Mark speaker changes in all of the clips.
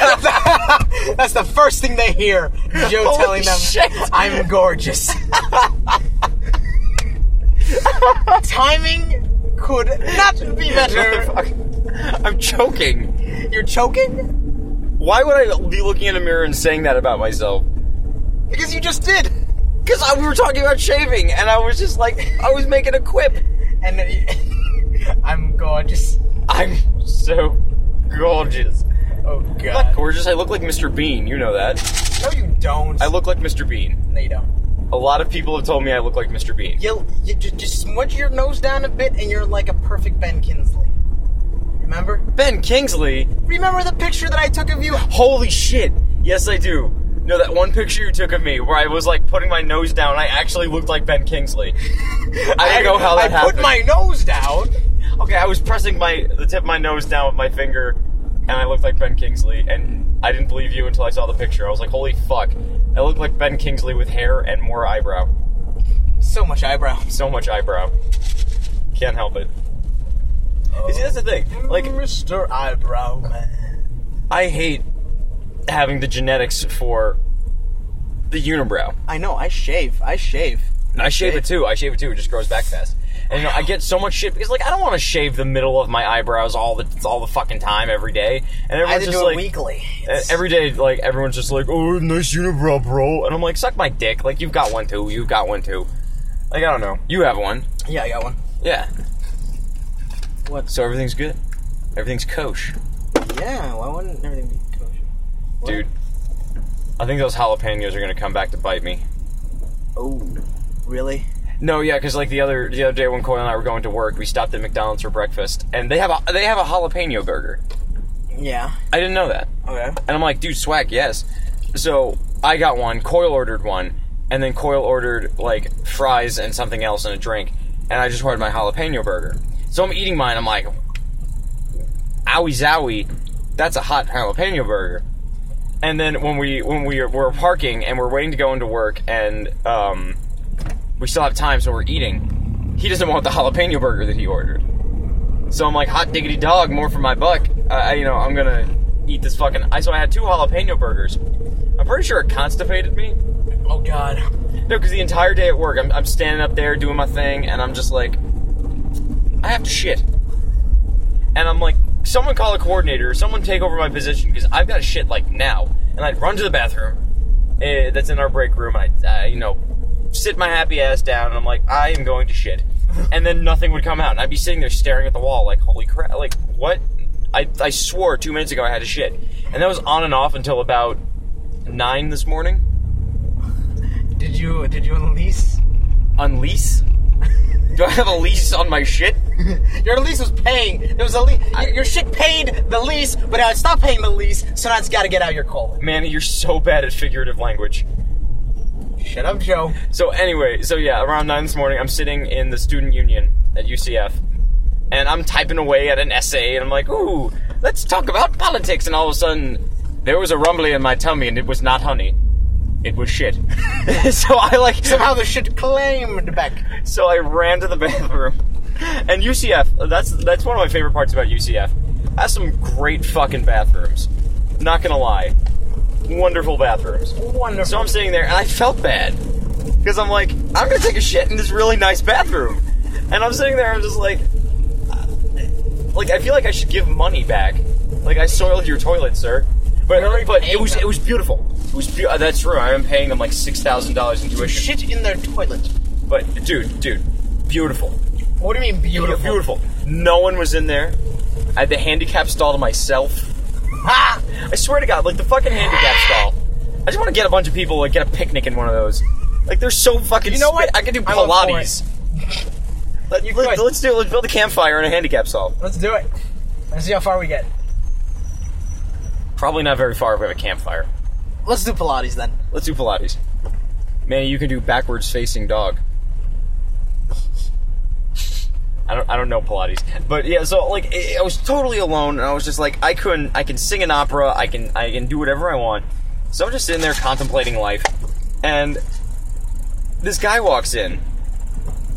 Speaker 1: That's the first thing they hear. Joe
Speaker 2: Holy
Speaker 1: telling them,
Speaker 2: shit.
Speaker 1: "I'm gorgeous." Timing could not be better.
Speaker 2: I'm choking.
Speaker 1: You're choking
Speaker 2: Why would I be looking in a mirror and saying that about myself?
Speaker 1: because you just did,
Speaker 2: Because we were talking about shaving, and I was just like, I was making a quip.
Speaker 1: and then you- I'm gorgeous.
Speaker 2: I'm so gorgeous.
Speaker 1: Oh
Speaker 2: I'm not
Speaker 1: God!
Speaker 2: gorgeous. I look like Mr. Bean. You know that.
Speaker 1: No, you don't.
Speaker 2: I look like Mr. Bean.
Speaker 1: No, you don't.
Speaker 2: A lot of people have told me I look like Mr. Bean.
Speaker 1: You, you ju- just smudge your nose down a bit, and you're like a perfect Ben Kinsley. Remember?
Speaker 2: Ben Kingsley.
Speaker 1: Remember the picture that I took of you?
Speaker 2: Holy shit. Yes, I do. No, that one picture you took of me where I was like putting my nose down, I actually looked like Ben Kingsley. I don't know how that
Speaker 1: I
Speaker 2: happened.
Speaker 1: put my nose down.
Speaker 2: okay, I was pressing my the tip of my nose down with my finger, and I looked like Ben Kingsley. And I didn't believe you until I saw the picture. I was like, "Holy fuck!" I look like Ben Kingsley with hair and more eyebrow.
Speaker 1: So much eyebrow.
Speaker 2: So much eyebrow. Can't help it. You see, that's the thing. Like,
Speaker 1: Mr. Eyebrow Man.
Speaker 2: I hate having the genetics for the unibrow.
Speaker 1: I know. I shave. I shave.
Speaker 2: And I shave it too. I shave it too. It just grows back fast. And you know, I get so much shit because like I don't want to shave the middle of my eyebrows all the all the fucking time every day. And
Speaker 1: I
Speaker 2: everyone's
Speaker 1: had to
Speaker 2: just
Speaker 1: do it
Speaker 2: like
Speaker 1: weekly.
Speaker 2: Uh,
Speaker 1: It's-
Speaker 2: Every day, like everyone's just like, "Oh, nice unibrow, bro," and I'm like, "Suck my dick!" Like you've got one too. You've got one too. Like I don't know. You have one.
Speaker 1: yeah, I got one.
Speaker 2: Yeah.
Speaker 1: What?
Speaker 2: So everything's good. Everything's kosh,
Speaker 1: Yeah. Why wouldn't everything be kosher? What?
Speaker 2: dude. I think those jalapenos are gonna come back to bite me.
Speaker 1: Oh, really?
Speaker 2: No, yeah, because like the other the other day when Coyle and I were going to work, we stopped at McDonald's for breakfast, and they have a they have a jalapeno burger.
Speaker 1: Yeah.
Speaker 2: I didn't know that.
Speaker 1: Okay.
Speaker 2: And I'm like, dude, swag, yes. So I got one, Coil ordered one, and then Coil ordered like fries and something else and a drink, and I just ordered my jalapeno burger. So I'm eating mine, I'm like, owie zowie, that's a hot jalapeno burger. And then when we when we were parking and we're waiting to go into work and um, we still have time, so we're eating. He doesn't want the jalapeno burger that he ordered. So I'm like, hot diggity dog, more for my buck. I, I- you know, I'm gonna eat this fucking. I so I had two jalapeno burgers. I'm pretty sure it constipated me.
Speaker 1: Oh God.
Speaker 2: No, because the entire day at work, I'm, I'm standing up there doing my thing, and I'm just like, I have to shit. And I'm like, someone call a coordinator, someone take over my position, because I've got to shit like now. And I'd run to the bathroom eh, that's in our break room, and I'd, uh, you know, sit my happy ass down, and I'm like, I am going to shit. And then nothing would come out, and I'd be sitting there staring at the wall, like, holy crap, like, what? I, I swore two minutes ago I had to shit. And that was on and off until about nine this morning.
Speaker 1: Did you did you unleash?
Speaker 2: on lease? Do I have a lease on my shit?
Speaker 1: Your lease was paying. There was a lease. Your shit paid the lease, but now it's not paying the lease, so now it's got to get out your colon.
Speaker 2: Man, you're so bad at figurative language.
Speaker 1: Shut up, Joe.
Speaker 2: So anyway, so yeah, around nine this morning, I'm sitting in the student union at UCF, and I'm typing away at an essay, and I'm like, ooh, let's talk about politics, and all of a sudden, there was a rumbling in my tummy, and it was not honey. It was shit. so I like
Speaker 1: Somehow the shit claimed back.
Speaker 2: So I ran to the bathroom. And UCF, that's that's one of my favorite parts about UCF. Has some great fucking bathrooms. Not gonna lie, wonderful bathrooms.
Speaker 1: Wonderful.
Speaker 2: So I'm sitting there, and I felt bad because I'm like, I'm gonna take a shit in this really nice bathroom, and I'm sitting there, I'm just like, uh, like I feel like I should give money back. Like I soiled your toilet, sir. But, but it
Speaker 1: paying
Speaker 2: was
Speaker 1: them.
Speaker 2: it was beautiful. It was be- uh, that's true. I am paying them like six thousand dollars in tuition.
Speaker 1: shit in their toilet.
Speaker 2: But dude, dude, beautiful.
Speaker 1: What do you mean beautiful?
Speaker 2: Beautiful. No one was in there. I had the handicap stall to myself.
Speaker 1: Ha!
Speaker 2: I swear to God, like the fucking handicap stall. I just want to get a bunch of people, like get a picnic in one of those. Like they're so fucking.
Speaker 1: You know what?
Speaker 2: sp- I could do
Speaker 1: I went for
Speaker 2: Pilates. Let,
Speaker 1: You
Speaker 2: let,
Speaker 1: could.
Speaker 2: us do. Let's build a campfire in a handicap stall.
Speaker 1: Let's do it. Let's see how far we get.
Speaker 2: Probably not very far if we have a campfire.
Speaker 1: Let's do Pilates then.
Speaker 2: Let's do Pilates. Man, you can do backwards facing dog. I don't, I don't know Pilates, but yeah. So like, I I was totally alone, and I was just like, I couldn't. I can sing an opera. I can, I can do whatever I want. So I'm just sitting there contemplating life, and this guy walks in.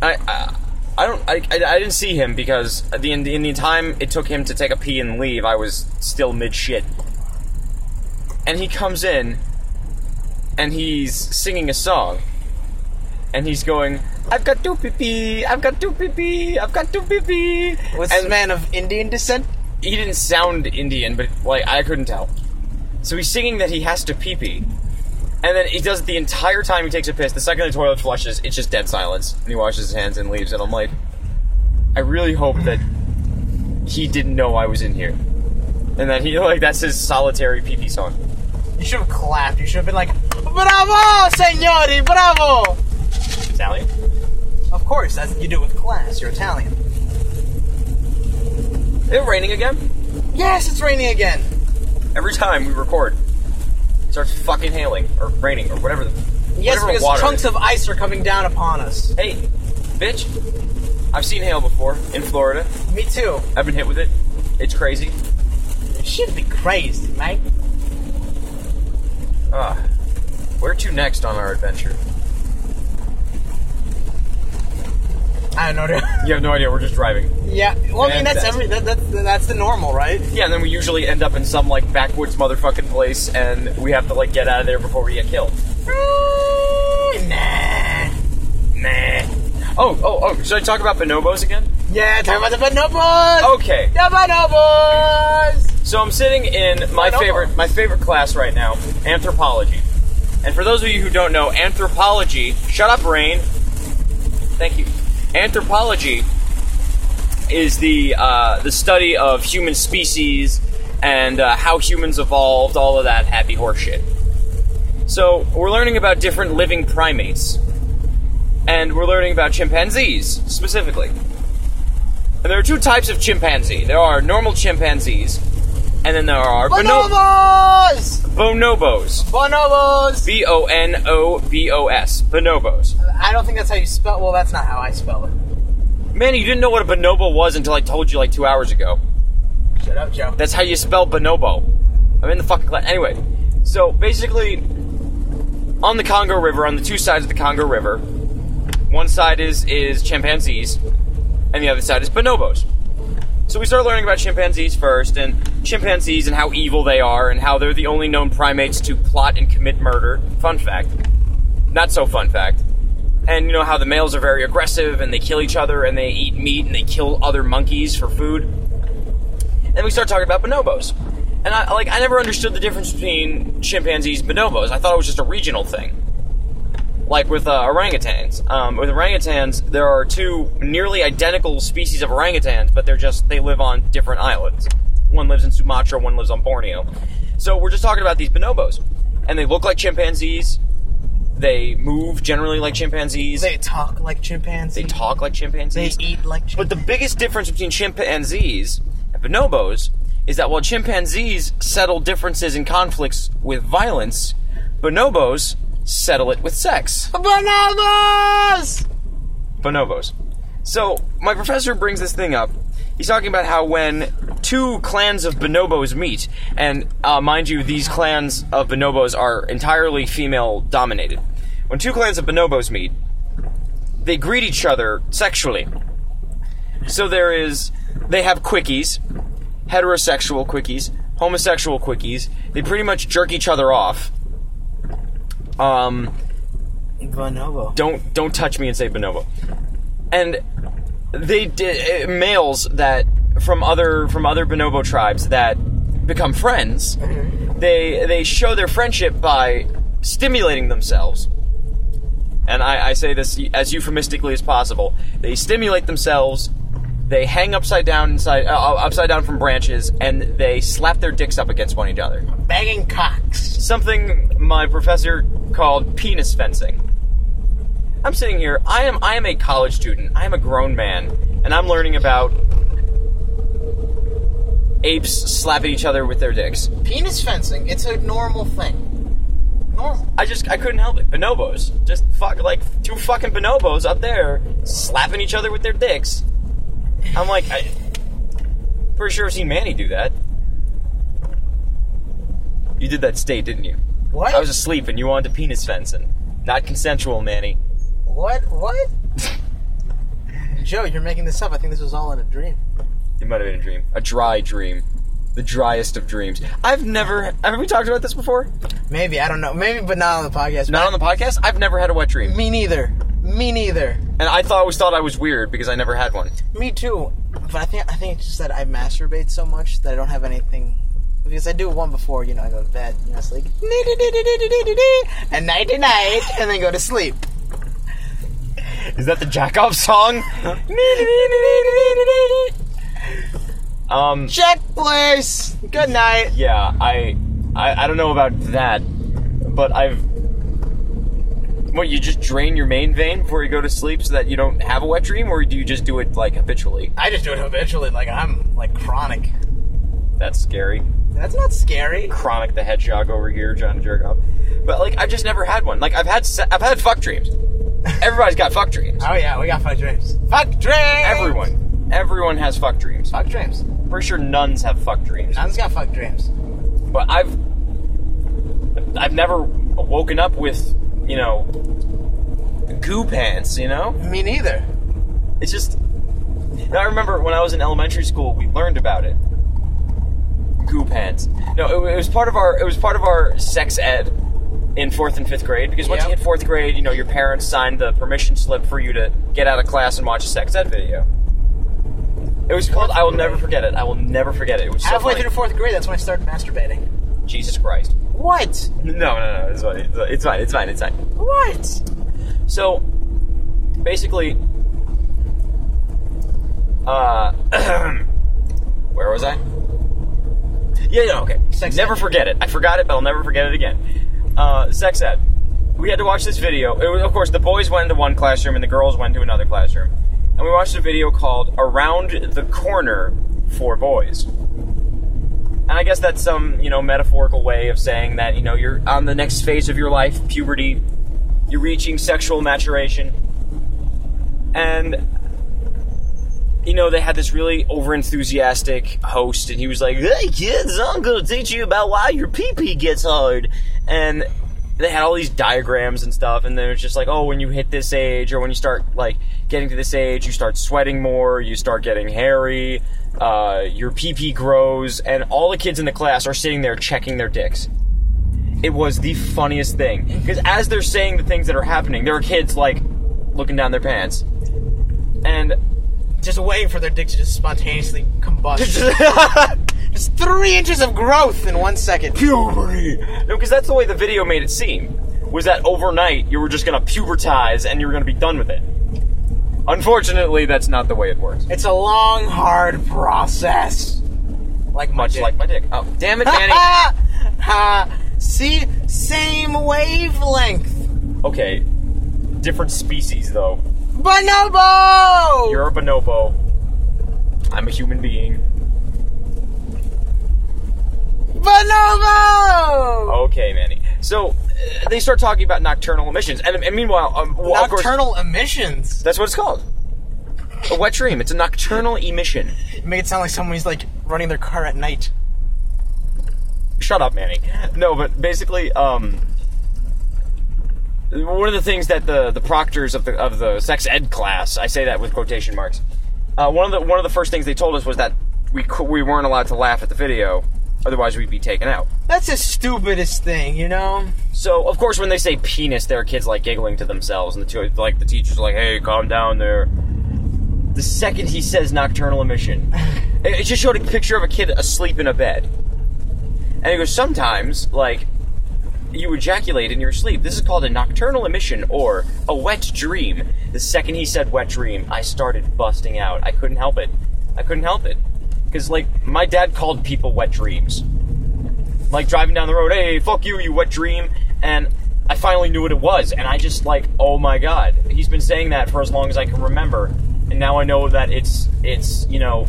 Speaker 2: I, I, I don't, I, I, I didn't see him because the in, the in the time it took him to take a pee and leave, I was still mid shit. and he comes in and he's singing a song and he's going i've got two pee pee i've got two pee pee i've got two pee pee
Speaker 1: Was
Speaker 2: and
Speaker 1: this man of Indian descent?
Speaker 2: he didn't sound indian but like i couldn't tell so he's singing that he has to pee pee and then he does it the entire time he takes a piss the second the toilet flushes it's just dead silence and he washes his hands and leaves and i'm like i really hope that he didn't know i was in here and then he like that's his solitary pee pee song
Speaker 1: You should have clapped. You should have been like, "Bravo, signori, bravo!"
Speaker 2: italian
Speaker 1: Of course, that's you do it with class. You're Italian.
Speaker 2: Is it raining again?
Speaker 1: Yes, it's raining again.
Speaker 2: Every time we record, it starts fucking hailing or raining or whatever. The,
Speaker 1: Yes,
Speaker 2: whatever
Speaker 1: because
Speaker 2: water
Speaker 1: chunks
Speaker 2: is.
Speaker 1: of ice are coming down upon us.
Speaker 2: Hey, bitch! I've seen hail before in Florida.
Speaker 1: Me too.
Speaker 2: I've been hit with it. It's crazy.
Speaker 1: You should be crazy, mate.
Speaker 2: Ah, where to next on our adventure?
Speaker 1: I don't know. dude.
Speaker 2: You have no idea. We're just driving.
Speaker 1: yeah. Well, I mean, that's every that, that, that's the normal, right?
Speaker 2: Yeah, and then we usually end up in some like backwoods motherfucking place, and we have to like get out of there before we get killed.
Speaker 1: Nah.
Speaker 2: Nah. Oh, oh, oh! Should I talk about bonobos again?
Speaker 1: Yeah, talking about the bonobos.
Speaker 2: Okay.
Speaker 1: The bonobos.
Speaker 2: So I'm sitting in my
Speaker 1: Right on.
Speaker 2: favorite my favorite class right now, anthropology. And for those of you who don't know, anthropology, shut up rain. Thank you. Anthropology is the uh, the study of human species and uh, how humans evolved, all of that happy horseshit. So we're learning about different living primates, and we're learning about chimpanzees specifically. And there are two types of chimpanzee. There are normal chimpanzees, and then there are bono-
Speaker 1: Bonobos.
Speaker 2: bonobos.
Speaker 1: Bonobos.
Speaker 2: B O N O B O S. Bonobos.
Speaker 1: I don't think that's how you spell. Well, that's not how I spell it.
Speaker 2: Man, you didn't know what a bonobo was until I told you like two hours ago.
Speaker 1: Shut up, Joe.
Speaker 2: That's how you spell bonobo. I'm in the fucking class. Anyway, so basically, on the Congo River, on the two sides of the Congo River, one side is is chimpanzees, and the other side is bonobos. So we start learning about chimpanzees first, and chimpanzees and how evil they are, and how they're the only known primates to plot and commit murder. Fun fact. Not so fun fact. And you know how the males are very aggressive, and they kill each other, and they eat meat, and they kill other monkeys for food and we start talking about bonobos. And I like I never understood the difference between chimpanzees and bonobos. I thought it was just a regional thing. Like with uh, orangutans. Um, with orangutans, there are two nearly identical species of orangutans, but they're just they live on different islands. One lives in Sumatra, one lives on Borneo. So we're just talking about these bonobos, and they look like chimpanzees. They move generally like chimpanzees.
Speaker 1: They talk like chimpanzees.
Speaker 2: they talk like
Speaker 1: They
Speaker 2: chimpanzees.
Speaker 1: eat like chimpanzees.
Speaker 2: But the biggest difference between chimpanzees and bonobos is that while chimpanzees settle differences and conflicts with violence, bonobos settle it with sex.
Speaker 1: Bonobos!
Speaker 2: Bonobos. So, my professor brings this thing up. He's talking about how when two clans of bonobos meet, and uh, mind you, these clans of bonobos are entirely female dominated. When two clans of bonobos meet, they greet each other sexually. So there is, they have quickies, heterosexual quickies, homosexual quickies. They pretty much jerk each other off. Um,
Speaker 1: Bonobo.
Speaker 2: don't don't touch me and say bonobo. And they did uh, males that from other from other bonobo tribes that become friends. They they show their friendship by stimulating themselves. And I, I say this as euphemistically as possible. They stimulate themselves. They hang upside down inside, uh, upside down from branches, and they slap their dicks up against one another.
Speaker 1: Bagging cocks.
Speaker 2: Something my professor called penis fencing. I'm sitting here. I am I am a college student. I am a grown man, and I'm learning about apes slapping each other with their dicks.
Speaker 1: Penis fencing, it's a normal thing. Normal.
Speaker 2: I just I couldn't help it. Bonobos, just fuck like two fucking bonobos up there slapping each other with their dicks. I'm like, I, pretty sure I've seen Manny do that. You did that state, didn't you?
Speaker 1: What?
Speaker 2: I was asleep and you wanted to penis fencing. Not consensual, Manny.
Speaker 1: What? What? Joe, you're making this up. I think this was all in a dream.
Speaker 2: It might have been a dream. A dry dream. the driest of dreams. I've never have we talked about this before?
Speaker 1: Maybe I don't know. Maybe, but not on the podcast.
Speaker 2: Not on the podcast. I've never had a wet dream,
Speaker 1: Me neither. Me neither.
Speaker 2: and I thought always thought I was weird because I never had one.
Speaker 1: Me too. But I think I think it's just that I masturbate so much that I don't have anything. Because I do one before, you know, I go to bed and it's like and night to night, and then go to sleep.
Speaker 2: Is that the jack off song? um.
Speaker 1: Check, please. Good night.
Speaker 2: Yeah. I, I. I don't know about that, but I've. What you just drain your main vein before you go to sleep so that you don't have a wet dream, or do you just do it like habitually?
Speaker 1: I just do it habitually. Like I'm like chronic.
Speaker 2: That's scary.
Speaker 1: That's not scary.
Speaker 2: Chronic the hedgehog over here, John Jerkoff. But like, I've just never had one. Like, I've had se- I've had fuck dreams. Everybody's got fuck dreams.
Speaker 1: Oh yeah, we got fuck dreams. Fuck dreams.
Speaker 2: Everyone. Everyone has fuck dreams.
Speaker 1: Fuck dreams.
Speaker 2: Pretty sure nuns have fuck dreams.
Speaker 1: None's got fuck dreams.
Speaker 2: But I've I've never woken up with, you know, goo pants, you know?
Speaker 1: Me neither.
Speaker 2: It's just now I remember when I was in elementary school we learned about it. Goo pants. No, it, wa- it was part of our it was part of our sex ed in fourth and fifth grade because once you
Speaker 1: Yep.
Speaker 2: hit fourth grade, you know, your parents signed the permission slip for you to get out of class and watch a sex ed video. It was called I will never forget it. I will never forget it. It was so
Speaker 1: Halfway
Speaker 2: funny.
Speaker 1: through fourth grade, that's when I started masturbating.
Speaker 2: Jesus Christ.
Speaker 1: What?
Speaker 2: No, no, no. It's fine. It's fine. It's fine. It's fine.
Speaker 1: What?
Speaker 2: So, basically, uh, where was I? Yeah, yeah, okay.
Speaker 1: Sex
Speaker 2: never
Speaker 1: ed.
Speaker 2: forget it. I forgot it, but I'll never forget it again. Uh, sex ed. We had to watch this video. It was, of course, the boys went into one classroom and the girls went to another classroom. And we watched a video called Around the Corner for Boys. And I guess that's some, you know, metaphorical way of saying that, you know, you're on the next phase of your life, puberty, you're reaching sexual maturation. And you know, they had this really over enthusiastic host and he was like, Hey kids, I'm gonna teach you about why your pee pee gets hard and they had all these diagrams and stuff and then it was just like, Oh, when you hit this age or when you start like getting to this age, you start sweating more, you start getting hairy, uh, your pee pee grows, and all the kids in the class are sitting there checking their dicks it was the funniest thing because as they're saying the things that are happening, there are kids like looking down their pants, and
Speaker 1: Just waiting for their dick to just spontaneously combust. just three inches of growth in one second.
Speaker 2: puberty. No, because that's the way the video made it seem was that overnight you were just gonna pubertize and you were gonna be done with it. Unfortunately, that's not the way it works.
Speaker 1: It's a long, hard process. Like my
Speaker 2: Much
Speaker 1: dick.
Speaker 2: like my dick. Oh, damn it, Danny.
Speaker 1: Ha ha! See, same wavelength.
Speaker 2: okay, different species though.
Speaker 1: Bonobo.
Speaker 2: You're a bonobo. I'm a human being.
Speaker 1: Bonobo.
Speaker 2: Okay, Manny. So uh, they start talking about nocturnal emissions, and, and meanwhile, um, well, of course-
Speaker 1: Nocturnal emissions.
Speaker 2: That's what it's called. A wet dream. It's a nocturnal emission.
Speaker 1: You make it sound like someone's like running their car at night.
Speaker 2: Shut up, Manny. No, but basically, um, one of the things that the the proctors of the of the sex ed class, I say that with quotation marks. Uh, one of the one of the first things they told us was that we cou- we weren't allowed to laugh at the video, otherwise we'd be taken out.
Speaker 1: That's the stupidest thing, you know.
Speaker 2: So of course, when they say penis, there are kids like giggling to themselves, and the two, like the teachers are like, "Hey, calm down there." The second he says nocturnal emission, it, it just showed a picture of a kid asleep in a bed, and it goes sometimes like you ejaculate in your sleep. This is called a nocturnal emission or a wet dream. The second he said wet dream, I started busting out. I couldn't help it. I couldn't help it because like my dad called people wet dreams like driving down the road, hey, fuck you, you wet dream. And I finally knew what it was. And I just like, oh my god, he's been saying that for as long as I can remember. And now I know that it's it's you know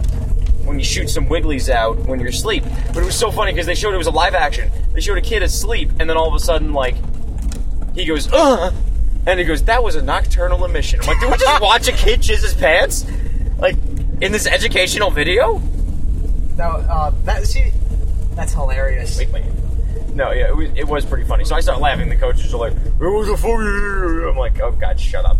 Speaker 2: when you shoot some wigglies out when you're asleep. But it was so funny because they showed it was a live action. They showed a kid asleep, and then all of a sudden like he goes, uh, and he goes, that was a nocturnal emission. I'm like, did we just watch a kid jizz his pants? Like in this educational video?
Speaker 1: That uh, that see, that's hilarious.
Speaker 2: Wait, wait. No, yeah, it was, it was pretty funny. So I started laughing. The coaches are like, "It was a funny." I'm like, "Oh God, shut up!"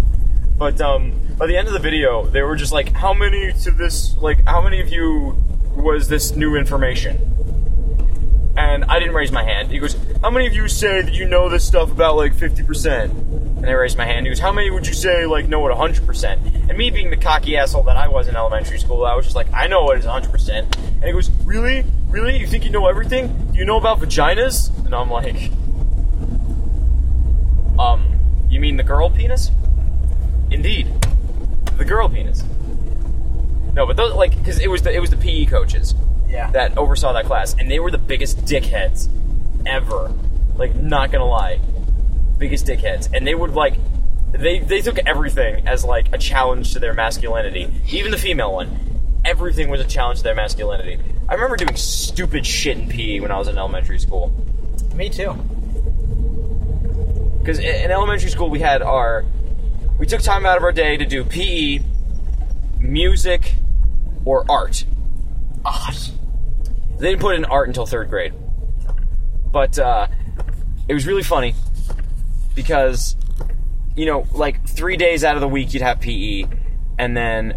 Speaker 2: But um, by the end of the video, they were just like, "How many to this? Like, how many of you was this new information?" and I didn't raise my hand. He goes, How many of you say that you know this stuff about like 50%? And I raised my hand. He goes, How many would you say like know it 100%? And me being the cocky asshole that I was in elementary school, I was just like, I know what is 100%. And he goes, Really? Really? You think you know everything? You know about vaginas? And I'm like, Um, you mean the girl penis? Indeed. The girl penis. No, but those like because it was the it was the PE coaches
Speaker 1: Yeah.
Speaker 2: that oversaw that class, and they were the biggest dickheads ever. Like, not gonna lie, biggest dickheads. And they would like, they they took everything as like a challenge to their masculinity. Even the female one, everything was a challenge to their masculinity. I remember doing stupid shit in PE when I was in elementary school.
Speaker 1: Me too.
Speaker 2: Because in elementary school, we had our. We took time out of our day to do PE, music, or art. Art. They didn't put in art until third grade. But uh, it was really funny because, you know, like three days out of the week, you'd have PE, and then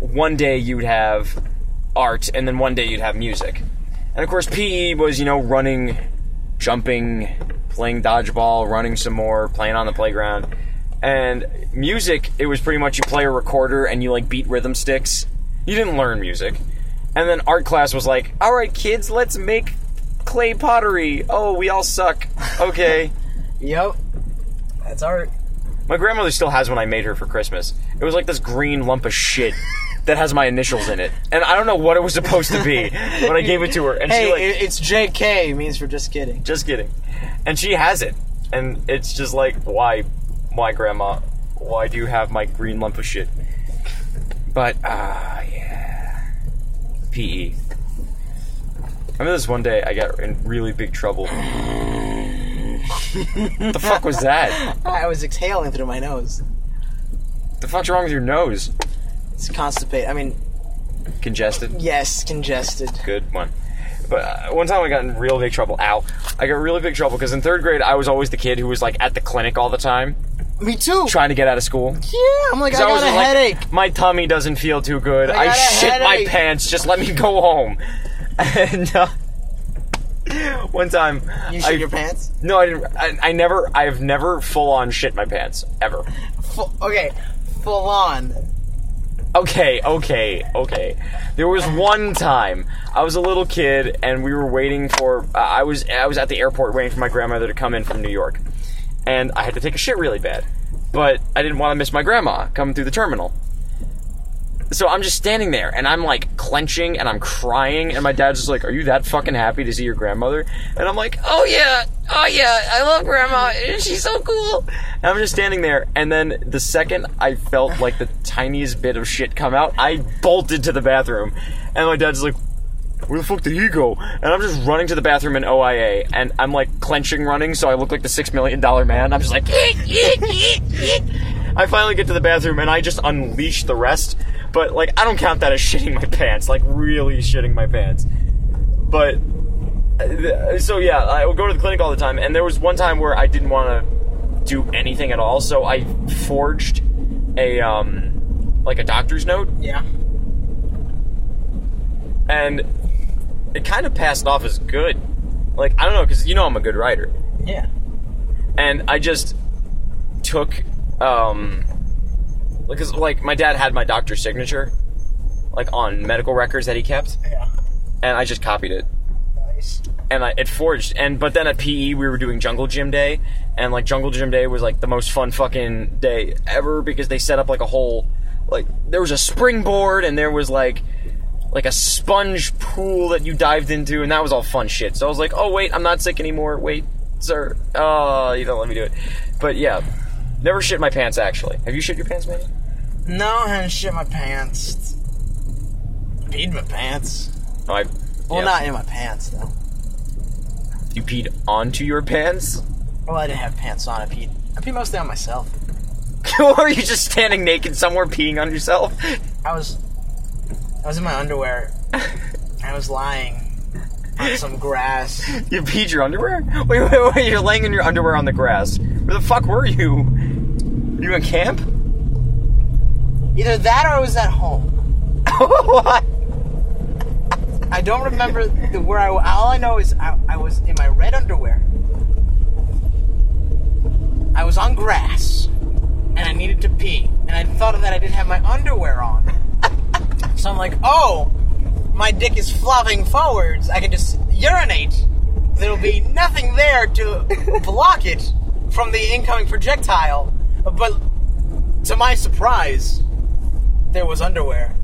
Speaker 2: one day you'd have art, and then one day you'd have music. And of course, PE was, you know, running, jumping, playing dodgeball, running some more, playing on the playground. And music, it was pretty much you play a recorder and you like beat rhythm sticks. You didn't learn music. And then art class was like, all right, kids, let's make clay pottery. Oh, we all suck. Okay.
Speaker 1: Yep. That's art.
Speaker 2: My grandmother still has one I made her for Christmas. It was like this green lump of shit that has my initials in it. And I don't know what it was supposed to be, but I gave it to her. And
Speaker 1: Hey,
Speaker 2: she like,
Speaker 1: it- it's JK means for just kidding.
Speaker 2: just kidding. And she has it. And it's just like, why, why, grandma? Why do you have my green lump of shit? But, ah, yeah. PE. I remember this one day I got in really big trouble. the fuck was that?
Speaker 1: I was exhaling through my nose.
Speaker 2: The fuck's wrong with your nose?
Speaker 1: It's constipate. I mean,
Speaker 2: Congested?
Speaker 1: yes, congested.
Speaker 2: good one. But uh, one time I got in real big trouble. Ow! I got really big trouble because in third grade I was always the kid who was like at the clinic all the time,
Speaker 1: Me too.
Speaker 2: trying to get out of school.
Speaker 1: Yeah, I'm like, I
Speaker 2: 'Cause
Speaker 1: got
Speaker 2: was
Speaker 1: a
Speaker 2: like,
Speaker 1: headache.
Speaker 2: My tummy doesn't feel too good.
Speaker 1: I
Speaker 2: I,
Speaker 1: got a
Speaker 2: shit
Speaker 1: headache."
Speaker 2: my pants. Just let me go home. And uh, one time,
Speaker 1: You
Speaker 2: I,
Speaker 1: shit your pants?
Speaker 2: no, I didn't. I, I never. I have never full on shit my pants ever.
Speaker 1: Full, okay, full on.
Speaker 2: Okay, okay, okay. There was one time I was a little kid and we were waiting for uh, I was I was at the airport waiting for my grandmother to come in from New York. And I had to take a shit really bad. But I didn't want to miss my grandma coming through the terminal. So I'm just standing there and I'm like clenching and I'm crying and my dad's just like, "Are you that fucking happy to see your grandmother?" And I'm like, "Oh yeah, oh yeah, I love grandma. She's so cool." And I'm just standing there and then the second I felt like the tiniest bit of shit come out, I bolted to the bathroom and my dad's like, where the fuck did he go? And I'm just running to the bathroom in OIA, and I'm like clenching running, so I look like the six million dollar man. I'm just like, "Eek, eek, eek, eek." I finally get to the bathroom, and I just unleash the rest. But like, I don't count that as shitting my pants, like really shitting my pants. But uh, th- so yeah, I would go to the clinic all the time, and there was one time where I didn't want to do anything at all, so I forged a um like a doctor's note
Speaker 1: Yeah.
Speaker 2: and it kind of passed off as good. Like I don't know, because you know I'm a good writer,
Speaker 1: Yeah.
Speaker 2: and I just took, um, because like my dad had my doctor's signature, like on medical records that he kept,
Speaker 1: Yeah.
Speaker 2: and I just copied it,
Speaker 1: Nice.
Speaker 2: and I it forged. And but then at PE we were doing Jungle Gym Day, and like Jungle Gym Day was like the most fun fucking day ever because they set up like a whole, like there was a springboard and there was like like a sponge pool that you dived into, and that was all fun shit. So I was like, oh wait, I'm not sick anymore. Wait, sir, oh, you don't let me do it. But yeah, never shit my pants. Actually, have you shit your pants, man?
Speaker 1: No, I haven't shit my pants. Peed my pants.
Speaker 2: I
Speaker 1: Well,
Speaker 2: yeah.
Speaker 1: not in my pants though.
Speaker 2: you peed onto your pants,
Speaker 1: Well, I didn't have pants on. I peed. I peed mostly on myself.
Speaker 2: or are you just standing naked somewhere peeing on yourself?
Speaker 1: I was, I was in my underwear. I was lying on some grass.
Speaker 2: You peed your underwear? Wait, wait, wait, you're laying in your underwear on the grass. Where the fuck were you? You in camp?
Speaker 1: Either that or I was at home.
Speaker 2: what?
Speaker 1: I don't remember the, where I. All I know is I, I was in my red underwear. I was on grass, and I needed to pee, and I thought that I didn't have my underwear on. so I'm like, oh, my dick is flopping forwards. I can just urinate. There'll be nothing there to block it from the incoming projectile. But to my surprise, there was underwear,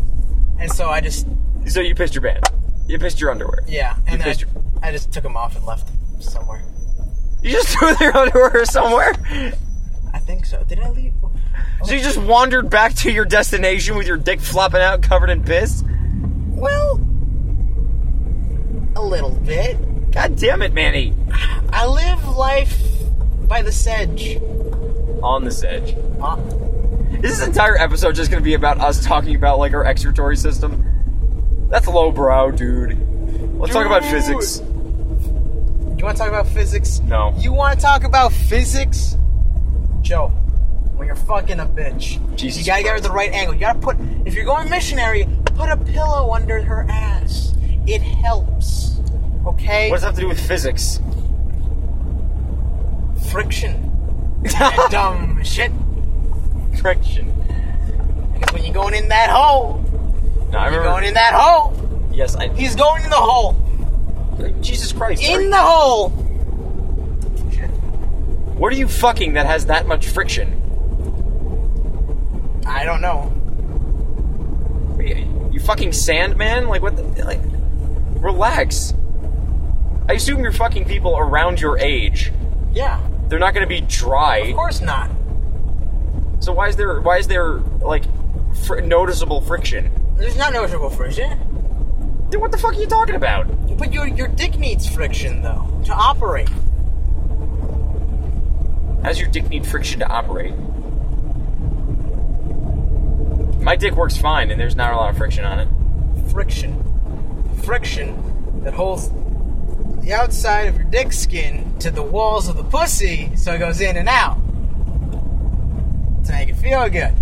Speaker 1: and so I just
Speaker 2: So you pissed your pants. You pissed your underwear.
Speaker 1: yeah, and I,
Speaker 2: pissed your-
Speaker 1: I just took them off and left them somewhere.
Speaker 2: You just threw their underwear somewhere.
Speaker 1: I think so. Did I leave?
Speaker 2: So you just wandered back to your destination with your dick flopping out, covered in piss.
Speaker 1: Well, a little bit.
Speaker 2: God damn it, Manny.
Speaker 1: I live life by the sedge.
Speaker 2: On this edge.
Speaker 1: Uh,
Speaker 2: Is this entire episode just gonna be about us talking about like our excretory system? That's lowbrow, dude. Let's talk about
Speaker 1: Dude.
Speaker 2: physics.
Speaker 1: you want to talk about physics?
Speaker 2: No.
Speaker 1: You want to talk about physics, Joe? When you're fucking a bitch,
Speaker 2: Jesus
Speaker 1: you gotta get her
Speaker 2: Christ.
Speaker 1: the right angle. You gotta put. If you're going missionary, put a pillow under her ass. It helps. Okay.
Speaker 2: What does that have to do with physics?
Speaker 1: friction? That dumb shit.
Speaker 2: Friction.
Speaker 1: Because when you're going in that hole,
Speaker 2: No, I
Speaker 1: you're
Speaker 2: remember.
Speaker 1: going in that hole.
Speaker 2: yes, I.
Speaker 1: He's going in the hole.
Speaker 2: Jesus Christ. are-
Speaker 1: In the hole.
Speaker 2: what are you fucking that has that much friction?
Speaker 1: I don't know.
Speaker 2: What are You, you fucking Sandman? Like what? The, like, relax. I assume you're fucking people around your age.
Speaker 1: Yeah.
Speaker 2: They're not gonna be
Speaker 1: Of
Speaker 2: dry.
Speaker 1: course not.
Speaker 2: So why is there why is there like fr- noticeable friction?
Speaker 1: There's not noticeable friction.
Speaker 2: Dude, what the fuck are you talking about?
Speaker 1: But your your dick needs friction though to operate.
Speaker 2: How's your dick need friction to operate? My dick works fine, and there's not a lot of friction on it.
Speaker 1: Friction. Friction that holds the outside of your dick skin to the walls of the pussy so it goes in and out. To make it feel good.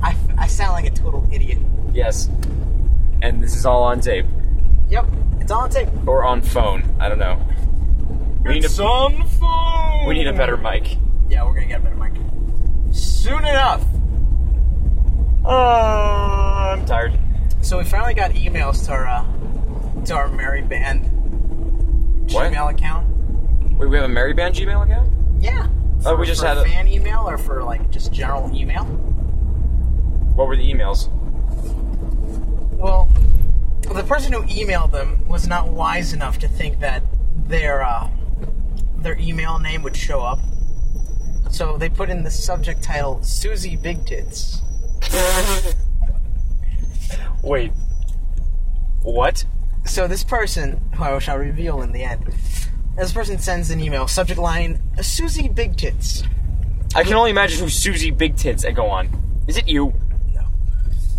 Speaker 1: I, f- I sound like a total idiot.
Speaker 2: Yes. And this is all on tape
Speaker 1: Yep, it's all on tape.
Speaker 2: or on phone. I don't know. We need a
Speaker 1: on phone.
Speaker 2: we need a better mic.
Speaker 1: Yeah, we're gonna get a better mic soon enough.
Speaker 2: Uh, I'm tired.
Speaker 1: So we finally got emails to our uh, to our merry band
Speaker 2: What?
Speaker 1: Gmail account.
Speaker 2: Wait, we have a Mary Band Gmail account?
Speaker 1: Yeah.
Speaker 2: Oh, we
Speaker 1: For-
Speaker 2: just
Speaker 1: for
Speaker 2: had a-
Speaker 1: fan email or for like just general email.
Speaker 2: What were the emails?
Speaker 1: Well, the person who emailed them was not wise enough to think that their uh, their email name would show up. So they put in the subject title Susie Big Tits.
Speaker 2: Wait. What?
Speaker 1: So this person, who I shall reveal in the end, this person sends an email, subject line Susie Big Tits.
Speaker 2: I can only imagine who Susie Big Tits. And go on. Is it you?
Speaker 1: No.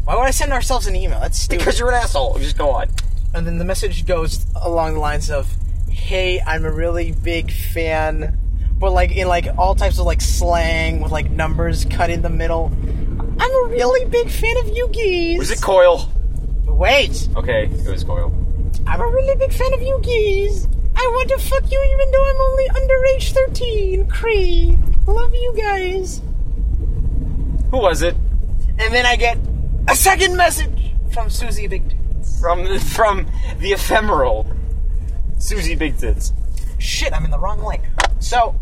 Speaker 1: Why would I send ourselves an email? That's stupid.
Speaker 2: Because you're an asshole. Just go on.
Speaker 1: and then the message goes along the lines of, "Hey, I'm a really big fan," but like in like all types of like slang with like numbers cut in the middle. I'm a really big fan of you geese.
Speaker 2: Was it Coil?
Speaker 1: Wait,
Speaker 2: Okay, it was Coil.
Speaker 1: I'm a really big fan of you geese. I want to fuck you even though I'm only underage 13. Cree, love you guys.
Speaker 2: Who was it?
Speaker 1: And then I get a second message from Susie Big. Tits.
Speaker 2: From from the ephemeral Susie Big Tits.
Speaker 1: Shit, I'm in the wrong link. So,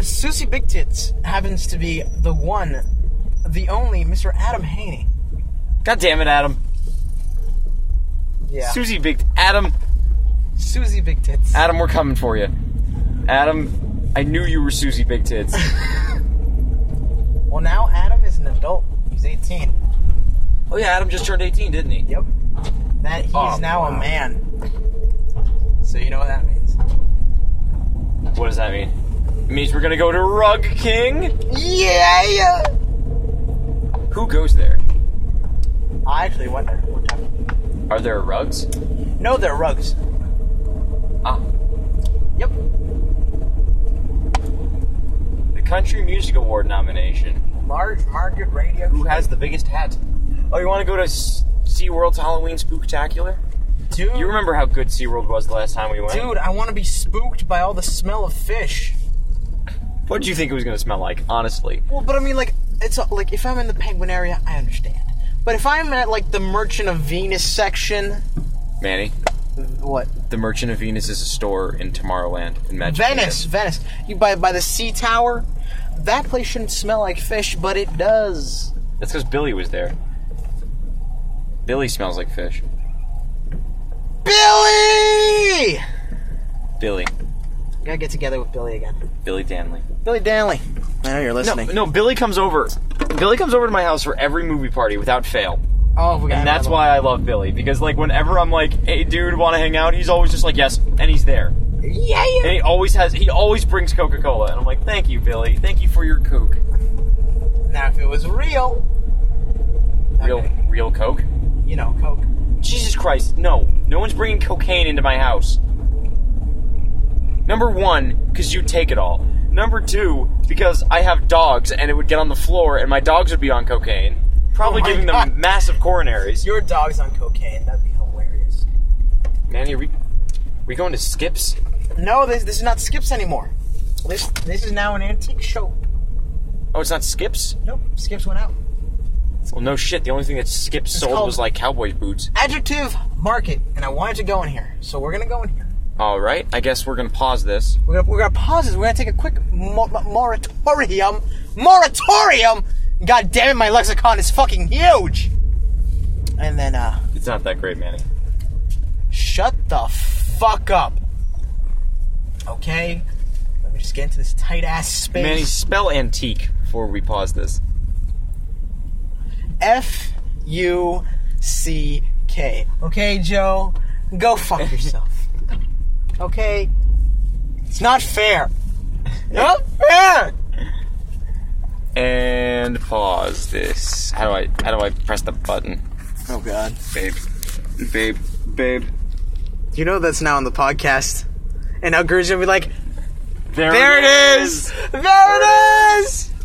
Speaker 1: Susie Big Tits happens to be the one, the only Mr. Adam Haney.
Speaker 2: God damn it, Adam.
Speaker 1: Yeah.
Speaker 2: Susie Big Adam.
Speaker 1: Susie Big Tits.
Speaker 2: Adam, we're coming for you. Adam, I knew you were Susie Big Tits.
Speaker 1: Well, now Adam is an adult. He's 18.
Speaker 2: oh yeah, Adam just turned 18, didn't he?
Speaker 1: Yep. That he's
Speaker 2: Oh,
Speaker 1: now
Speaker 2: wow.
Speaker 1: a man. So you know what that means.
Speaker 2: What does that mean? It means we're gonna go to Rug King.
Speaker 1: Yeah. yeah.
Speaker 2: Who goes there?
Speaker 1: I actually went there one time.
Speaker 2: Are there rugs?
Speaker 1: No, they're rugs.
Speaker 2: Ah.
Speaker 1: Yep.
Speaker 2: The Country Music Award nomination.
Speaker 1: Large market radio.
Speaker 2: Who has the biggest hat? Oh, you wanna go to S- SeaWorld's Halloween Spooktacular?
Speaker 1: Dude,
Speaker 2: You remember how good SeaWorld was the last time we went?
Speaker 1: dude, I want to be spooked by all the smell of fish.
Speaker 2: What did you think it was going to smell like, honestly?
Speaker 1: Well, but I mean, like, it's uh, like if I'm in the penguin area, I understand. But if I'm at like the Merchant of Venus section,
Speaker 2: Manny,
Speaker 1: what?
Speaker 2: the Merchant of Venus is a store in Tomorrowland in Magic
Speaker 1: Venice, Venice. You by by the sea tower. That place shouldn't smell like fish, but it does.
Speaker 2: Kingdom. That's because Billy was there. Billy smells like fish.
Speaker 1: Billy.
Speaker 2: Billy.
Speaker 1: Gotta get together with Billy again.
Speaker 2: Billy Danley.
Speaker 1: Billy Danley. I know you're
Speaker 2: No,
Speaker 1: listening.
Speaker 2: no, Billy comes over. Billy comes over to my house for every movie party without fail.
Speaker 1: Oh, we got.
Speaker 2: And that's
Speaker 1: another one.
Speaker 2: why I love Billy because like whenever I'm like, "Hey dude, want to hang out?" he's always just like, "Yes," and he's there.
Speaker 1: Yeah, yeah.
Speaker 2: And he always has he always brings Coca-Cola and I'm like, "Thank you, Billy. Thank you for your Coke."
Speaker 1: Now, if it was real,
Speaker 2: Real
Speaker 1: Okay.
Speaker 2: real Coke.
Speaker 1: you know, Coke.
Speaker 2: Jesus Christ, no. No one's bringing cocaine into my house. Number one, cuz you take it all. Number two, because I have dogs and it would get on the floor and my dogs would be on cocaine, probably
Speaker 1: Oh my
Speaker 2: giving
Speaker 1: God.
Speaker 2: them massive coronaries.
Speaker 1: Your dog's on cocaine. That'd be hilarious.
Speaker 2: Manny, are we we going to Skips?
Speaker 1: No, this, this is not Skips anymore. This this is now an antique show.
Speaker 2: Oh, it's not Skips?
Speaker 1: Nope, Skips went out.
Speaker 2: Well, no shit. The only thing that Skip sold
Speaker 1: called-
Speaker 2: was like cowboy boots.
Speaker 1: Adjective market, and I wanted to go in here, so we're gonna go in here.
Speaker 2: All right, I guess we're gonna pause this.
Speaker 1: We're gonna, we're gonna pause this. We're gonna take a quick mo- mo- moratorium. Moratorium. God damn it, my lexicon is fucking huge. And then uh,
Speaker 2: It's not that great, Manny.
Speaker 1: shut the fuck up. Okay, let me just get into this tight ass space.
Speaker 2: Manny, spell antique before we pause this.
Speaker 1: F U C K. Okay, Joe? Go fuck yourself. okay? It's not fair. Not fair!
Speaker 2: And pause this. How do I? How do I press the button,
Speaker 1: Oh, God.
Speaker 2: babe? Babe, babe.
Speaker 1: You know that's now on the podcast. And now Ger's gonna be like,
Speaker 2: There,
Speaker 1: there it is! There it is!